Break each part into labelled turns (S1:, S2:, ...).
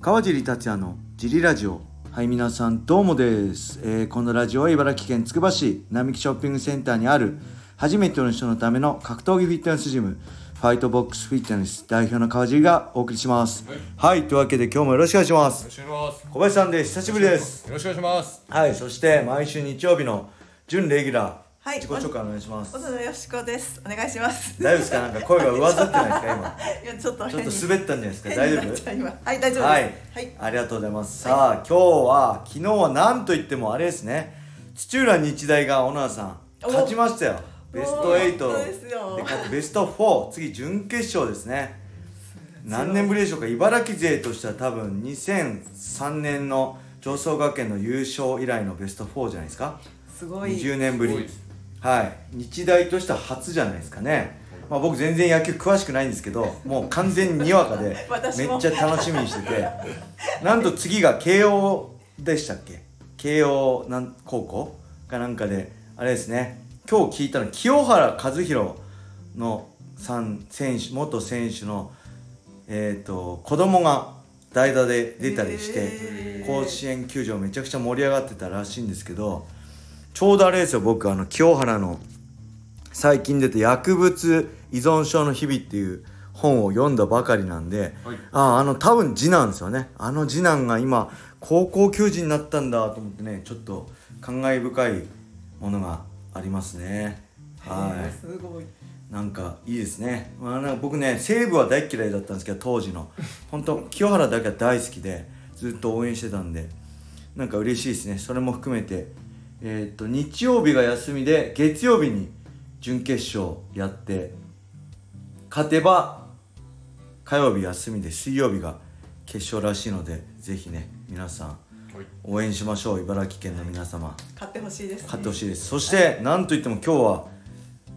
S1: 川尻達也のジリラジオはい皆さんどうもです、えーこのラジオは茨城県つくば市並木ショッピングセンターにある初めての人のための格闘技フィットネスジムファイトボックスフィットネス代表の川尻がお送りしますはい、というわけで今日もよろしくお願いしま
S2: よ
S1: す
S2: ろしくお願いします。
S1: 小林さんです久しぶりです
S2: よろしくお願いします。
S1: はいそして毎週日曜日の準レギュラー、
S3: はい
S1: 自己紹介お願いします
S3: 小野よしこです。お願いします。
S1: 大丈夫ですかなんか声が上ずってないです か今
S3: いやちょっと
S1: ちょっ
S3: 変
S1: と
S3: に
S1: 滑ったんじゃないですか大丈
S3: 変になっ
S1: 夫
S3: ちゃう今はい 大丈夫です。
S1: は
S3: はいい、
S1: ありがとうございます、さあ今日は昨日は何といってもあれですね土浦日大が小野田さん
S3: お
S1: 勝ちましたよベスト
S3: お
S1: 8
S3: 本当ですよ
S1: で勝ってベスト4次準決勝ですね何年ぶりでしょうか茨城勢としては多分2003年の上層学園の優勝以来のベスト4じゃないですか
S3: すごい。
S1: 20年ぶ
S2: すご
S1: り
S2: いです
S1: はい日大としては初じゃないですかね、まあ、僕全然野球詳しくないんですけどもう完全ににわかで
S3: 私
S1: め
S3: も
S1: っちゃ楽しみにしてて なんと次が慶応でしたっけ慶応なん高校かなんかであれですね今日聞いたの清原和博のさん選手元選手のえっ、と子供が代打で出たりして、
S3: へー
S1: 甲子園球場めちゃくちゃ盛り上がってたらしいんですけどちょうどあれですよ僕あの清原の最近出て薬物依存症の日々」っていう本を読んだばかりなんで、
S2: はい
S1: ああの多分次男ですよねあの次男が今高校球児になったんだと思ってねちょっと感慨深いものがありますね。はい
S3: すごい。
S1: なんかいいですね、まあ、なんか僕ね西武は大っ嫌いだったんですけど当時の本当清原だけは大好きでずっと応援してたんでなんか嬉しいですねそれも含めて、えーっと日曜日が休みで月曜日に準決勝やって勝てば火曜日休みで水曜日が決勝らしいのでぜひね皆さん
S2: はい。
S1: 応援しましょう茨城県の皆様。
S3: 買ってほしいです、ね。
S1: 勝ってほしいですそしてなんといっても今日は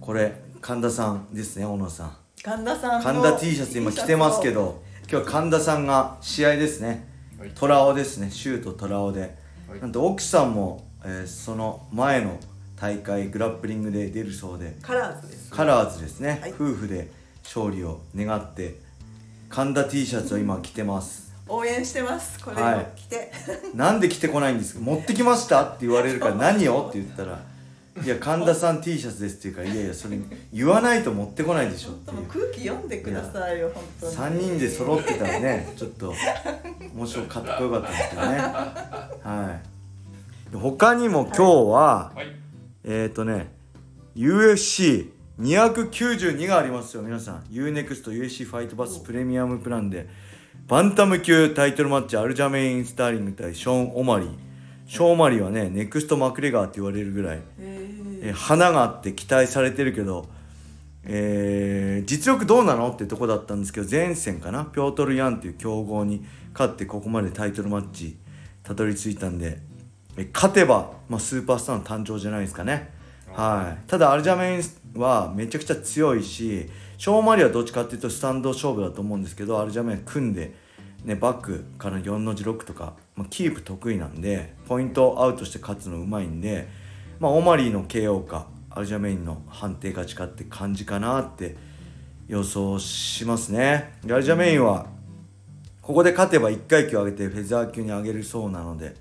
S1: これ神田さんですね小野さん
S3: 神田さんの
S1: 神田 T シャツ今着てますけ。ど今日は神田さんが試合ですね
S2: はい
S1: 虎尾ですねシュート虎尾で
S2: はい
S1: なんと奥さんも、えーその前の大会グラップリングで出るそうで
S3: カラーズです。
S1: カラーズですね、
S3: はい
S1: 夫婦で勝利を願って神田 T シャツを今着てます
S3: 応援してます。これ
S1: は
S3: を
S1: い
S3: 着て。
S1: なんで着てこないんですか持ってきましたって言われるから何よって言ったら「いや神田さん T シャツです」って言うから「いやいやそれ言わないと持ってこないでしょ」って
S3: で
S1: いう
S3: も空気読んでくださいよ本当に。
S1: 3人で揃ってたらねちょっともしろかっこよかったんですけどねはい他にも今日は
S2: はい。
S1: えっ、ー、とね UFC292 がありますよ皆さん UNEXTUFC ファイトバスプレミアムプランでバンタム級タイトルマッチアルジャメイン・スターリング対ショーン・オマリーショーン・オマリーはねネクスト・マクレガーって言われるぐらい、
S3: へ
S1: えー花があって期待されてるけど、えー実力どうなのってとこだったんですけど前戦かなピョートル・ヤンっていう強豪に勝ってここまでタイトルマッチたどり着いたんで、えー勝てば、まあ、スーパースターの誕生じゃないですかね。はい、ただアルジャメインはめちゃくちゃ強いしショーマリはどっちかっていうとスタンド勝負だと思うんですけどアルジャメイン組んで、ね、バックから4の字ロックとか、まあ、キープ得意なんでポイントアウトして勝つのうまいんで、まあ、オマリーの KO かアルジャメインの判定勝ちかって感じかなって予想しますね。でアルジャメインはここで勝てば1階級上げてフェザー級に上げるそうなので。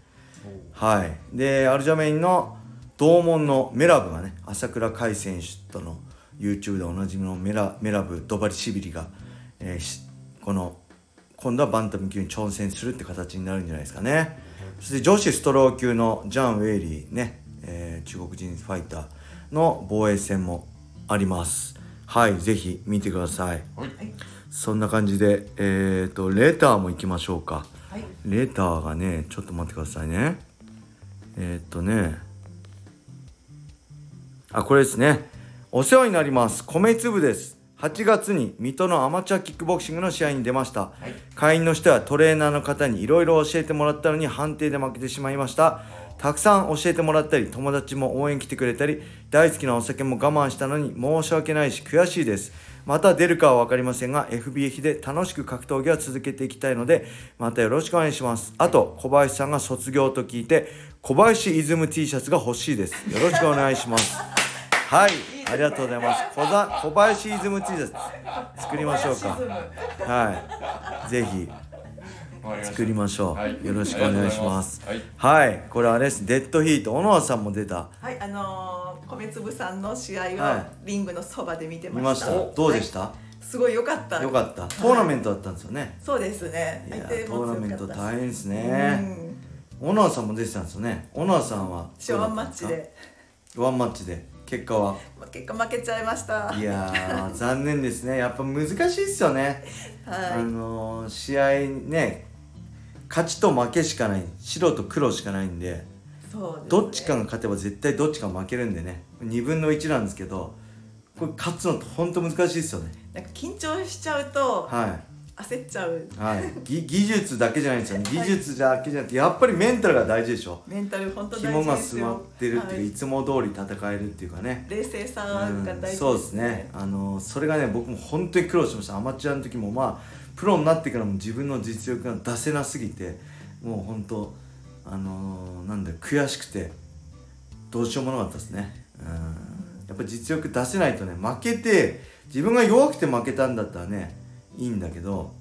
S1: はい、でアルジャメインの同門のメラブがね朝倉海選手との YouTube でおなじみのメラメラブドバリシビリが、えーしこの今度はバンタム級に挑戦するって形になるんじゃないですかねそして女子ストロー級のジャン・ウェイリーね、えー中国人ファイターの防衛戦もありますはいぜひ見てください
S2: はい。
S1: そんな感じでえっ、とレターも行きましょうか
S3: はい。
S1: レターがねちょっと待ってくださいねえーっとねあこれですねお世話になります米粒です8月に水戸のアマチュアキックボクシングの試合に出ました、会員の人やトレーナーの方にいろいろ教えてもらったのに判定で負けてしまいましたたくさん教えてもらったり友達も応援来てくれたり大好きなお酒も我慢したのに申し訳ないし悔しいですまた出るかは分かりませんが FBF で楽しく格闘技は続けていきたいのでまたよろしくお願いしますあと小林さんが卒業と聞いて小林イズム T シャツが欲しいですよろしくお願いしますはいありがとうございます小ざ小林イズム T シャツ作りましょうかはいぜひ
S2: まわかりました
S1: 作りましょう、
S2: はい
S1: よろしくお願いします
S2: ありがとうござい
S1: はい、これあれですデッドヒート小野さんも出た
S3: はい、あのー米粒さんの試合
S1: は
S3: はリングのそばで見て
S1: 見ま
S3: ま
S1: し
S3: したた。
S1: どうでした、
S3: すごい良かった。
S1: よかったトーナメントだったんですよね、
S3: そうですね。
S1: いや
S3: 相手
S1: ー
S3: も
S1: トーナメン
S3: 強
S1: ト
S3: かったし
S1: 大変ですね
S3: うん
S1: 小野さんも出てたんですよね小野さんは
S3: 私はワンマッチで、
S1: ワンマッチで結果は
S3: ま結果負けちゃいました。
S1: いや ー残念ですねやっぱ難しいっすよね、あ
S3: はい。
S1: のー試合ね勝ちと負けしかない白と黒しかないんで
S3: そうですね
S1: どっちかが勝てば絶対どっちか負けるんでね2分の1なんですけどこれ勝つのってほんと難しいっすよね
S3: なんか緊張しちゃうと
S1: はい
S3: 焦っちゃう。
S1: はい、ぎ技術だけじゃないんですよね技術だけじゃなくてやっぱりメンタルが大事でしょ
S3: メンタル本当大
S1: 肝
S3: 事
S1: が
S3: です
S1: 据
S3: よ。
S1: まってるっていうか、、
S3: はい
S1: つも通り戦えるっていうかね、
S3: い冷静さが
S1: うん
S3: 大事、
S1: そうですね。あのそれがね僕も本当に苦労しましたアマチュアの時もまあプロになってからも自分の実力が出せなすぎてもう本当あのなんだよ悔しくてどうしようもなかったですねうんやっぱ実力出せないとね負けて自分が弱くて負けたんだったらねいいんだけど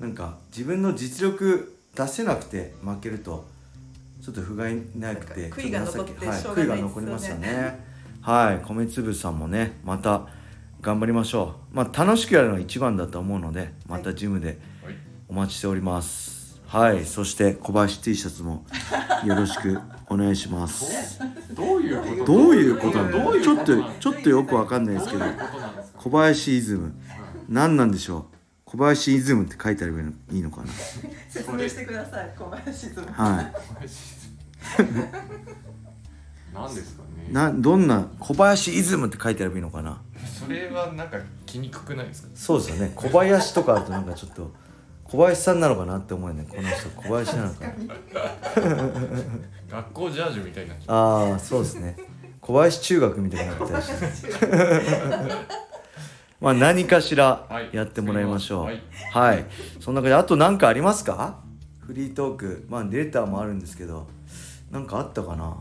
S1: なんか自分の実力出せなくて負けるとちょっと不甲斐なくて
S3: なんか悔いが残っ
S1: ちょと情け
S3: て
S1: はい
S3: しょう
S1: 悔い
S3: が
S1: が
S3: ないですよね
S1: 残りましたねはい米粒さんもねまた頑張りましょうまあ楽しくやるのが一番だと思うのでまたジムで
S2: はい
S1: お待ちしておりますはいそして小林 T シャツもよろしくお願いします
S2: どういうこと
S1: どういうことな
S2: どう
S1: の
S2: いう
S1: ちょ
S2: こ
S1: っ
S2: と
S1: と
S2: なんです
S1: ちょっとよくわかんないです
S2: か
S1: けど
S2: どういうことなんですか
S1: 小林イズム何なんでしょう小林イズムって書いてあればいいのかな
S3: 説明してください小林さん。
S1: はい
S2: マジでなんですかね
S1: などんな小林イズムって書いてあればいいのかな
S2: それはなんか気にくくないですか
S1: そうですよね小林とかあとなんかちょっと小林さんなのかなって思うよねこの人小林なのかな
S2: 学校ジャージみたいになっちゃ
S1: ああそうですね小林中学みたいになってたりして まあ何かしら
S2: はい
S1: やってもらいましょうは
S2: はいい、
S1: そんな感じであと何かありますかフリートークまあレターもあるんですけど何かあったかな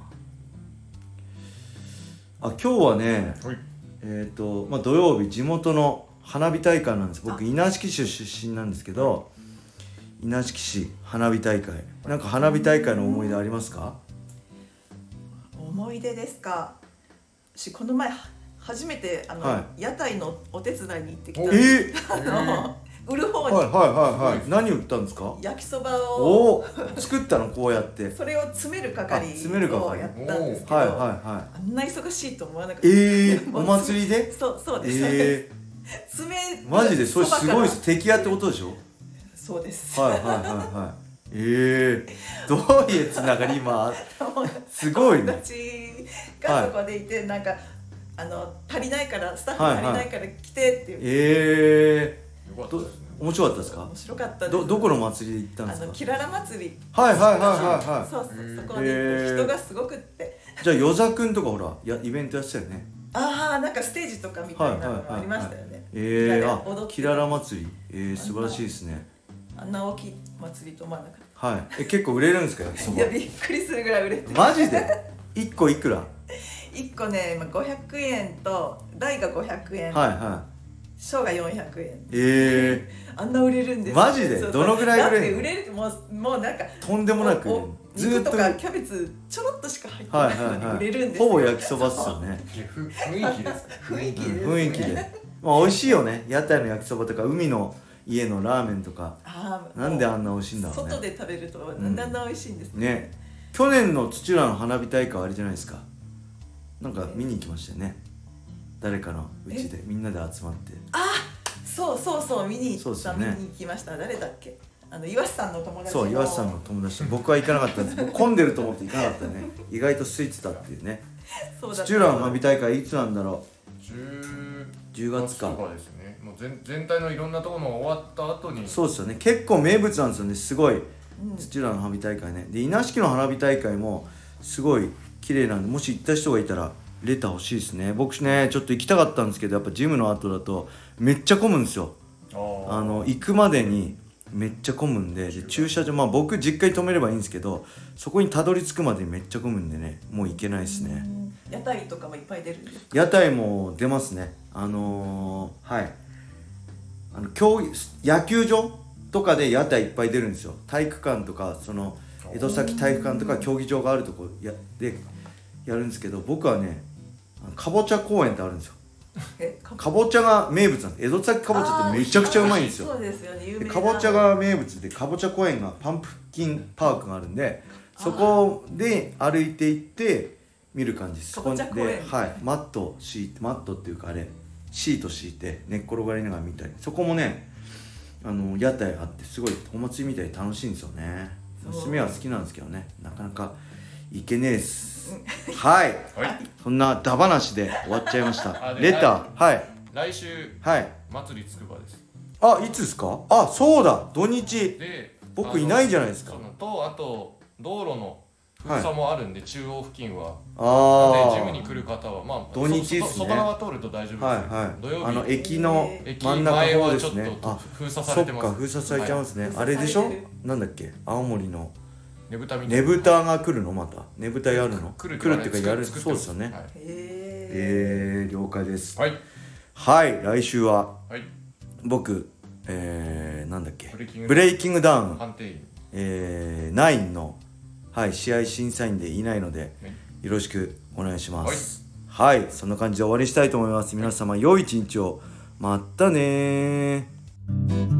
S1: あ今日はね
S2: うはい
S1: えーとまあ、土曜日地元の花火大会なんです僕稲敷市出身なんですけど稲敷市花火大会なんか花火大会の思い出ありますか
S3: 思い出ですか私この前は初めてあの、
S1: は
S3: 屋台のお手伝いに行ってきた
S1: え
S3: ん
S1: ー、
S3: です
S1: はい
S3: あの売る方に
S1: はいはいはい何売ったんですか
S3: 焼きそばを
S1: おお作ったのこうやってはい
S3: それを詰める
S1: あ
S3: 係
S1: 詰める係
S3: をやったんですけど、
S1: はいは
S3: あんな忙しいと思わなかっ
S1: い
S3: た
S1: え ー、お祭り
S3: り
S1: で
S3: そうそうです、
S1: え
S3: 詰め
S1: ー、マジでそれすごいですす敵屋ってことでしょ
S3: そうです、
S1: はいはいはいはいえー、どういうつながり今すごい
S3: 友
S1: ね
S3: 達がそこでいて、なんかあの足りないからスタッフ足りないから来てっていう、
S1: えー、
S2: よかった
S1: ど
S2: ですね
S1: 面白かったですか
S3: 面白かったです
S1: どどこの祭りで行ったん
S3: あ
S1: です
S3: の
S1: か
S3: キララ祭り
S1: はいはいはいはい
S3: そ
S1: は
S3: うそう
S2: へー
S3: そこに行って人がすごくって
S1: いじゃあ与座くんとかほらやイベントやってたよね
S3: ああなんかステージとかみたいなのがありましたよね
S1: ええ
S3: みんな
S1: ー、
S3: で踊
S1: あ
S3: って
S1: キララ祭りえー、素晴らしいですね
S3: あんな大きい祭りと思わなかっ
S1: はいえ結構売れるんですか焼きそ
S3: たい
S1: ば
S3: やびっくりするぐらい売れて
S1: マジで1個いくらは
S3: 1個ねまあ500円と大が500
S1: い
S3: 円、
S1: は
S3: 小が400円
S1: いえ
S3: あんな売れるんですよ
S1: マジで
S3: そうそう
S1: どのぐらい売れるの
S3: だって売れるもうもうなんか
S1: ー、とんでもなく
S3: お
S1: ずーっ
S3: 肉
S1: と
S3: と
S1: は
S3: か
S1: い
S3: キャベツちょろっとしか入って
S1: は
S3: ないいのに
S1: は
S3: 売れるん
S1: い
S3: ですよ、
S1: ほぼ焼きそばっすよ ね
S2: いやふ雰囲気ですか
S3: 雰囲気
S1: う
S3: です、ね
S1: ん、 雰囲気でまあ美味しいよね屋台の焼きそばとか海の家のラーメンとか
S3: あー
S1: なんであんな美味しいんだろうね
S3: 外で食べると
S1: ん
S3: だんだん美味しいんです
S1: ね去年の土浦の花火大会あれじゃないですかなんか見に行きましたよね誰かのうちでみんなで集まって
S3: そうそうそう見に
S1: そう
S3: 行
S1: で
S3: っ
S1: すよ
S3: た、
S1: ね
S3: 見に行きました誰だっけあの岩瀬さんの友達の
S1: そう岩瀬さんの友達と僕は行かなかったんです僕混んでると思って行かなかったね意外と空いてたっていうね
S3: そうだった
S1: 土浦の花火大会いつなんだろ
S2: 10
S1: 10月か
S2: とかですねもう全全体のいろんなところの終わった後に
S1: うそうですよね結構名物なんですよねすごい
S3: うん
S1: 土浦の花火大会ねで稲敷の花火大会もすごい綺麗なんでもし行った人がいたらレター欲しいですね僕ねちょっと行きたかったんですけどやっぱジムの後だとめっちゃ混むんですよ
S2: あー
S1: あの行くまでにめっちゃ混むんでで駐車場まあ僕実家に止めればいいんですけどそこにたどり着くまでめっちゃ混むんでねもう行けないですね
S3: うん屋台とかもいっぱい出るんです
S1: 屋台も出ますねあのー、はいあの競技野球場とかで屋台いっぱい出るんですよ体育館とかその江戸崎体育館とか競技場があるとこやでやるんですけど僕はねあのかぼちゃ公園ってあるんですよ
S3: えか
S1: かぼちゃが名物なんです江戸崎かぼちゃってめちゃくちゃうまいんですよ
S3: あーそうですよね有
S1: で
S3: 名な
S1: かぼちゃが名物でかぼちゃ公園がパンプキンパークがあるんでそこで歩いて行って見る感じです
S3: かぼちゃ
S1: そ
S3: 公
S1: こで
S3: 園、
S1: はい、マットを敷いてマットっていうかあれシート敷いて寝っ転がりながら見たりそこもねあの屋台あってすごいお祭りみたいで楽しいんですよね
S3: そう
S1: 娘は好きなんですけどねなかなか行けねえっすはい
S2: はい
S1: そんなダ話で終わっちゃいました
S2: あで
S1: レターはい
S2: 来週
S1: はい
S2: 祭りつくばです
S1: あいつですかあそうだ土日
S2: で
S1: 僕
S2: あの
S1: いないじゃないですか
S2: そのとあと道路の封鎖もあるんで、中央付近は
S1: あ
S2: で
S1: あ
S2: ジムに来る方はまあ
S1: 土日ですね
S2: そそ外側通ると大丈夫です、
S1: はいはい
S2: 土曜日
S1: あの駅の
S2: 駅
S1: 真ん中
S2: 前
S1: 方
S2: は
S1: で
S2: ちょっ
S1: すね
S2: と
S1: あ
S2: 封鎖さ
S1: そ
S2: れ
S1: って
S2: ます
S1: か封鎖されちゃいますね、
S3: はい
S1: あれでしょ
S3: 封鎖されて
S1: なんだっけ青森の
S2: ねぶたみたい
S1: ねぶたが来るのまたねぶたやるの
S2: 来る
S1: 来るっていうかやる
S2: 作って
S1: そうですよね、
S2: は
S3: へえ
S1: えー、了解です
S2: い、はい
S1: はい来週は
S2: はい、
S1: 僕えー、なんだっけ
S2: ブレイキング
S1: ブレイキングダウン
S2: 判定員
S1: えー、ナインの、はい、試合審査員でいないので、よろしくお願いします。はい、そんな感じで終わりにしたいと思います。皆様、良い一日を。またねー。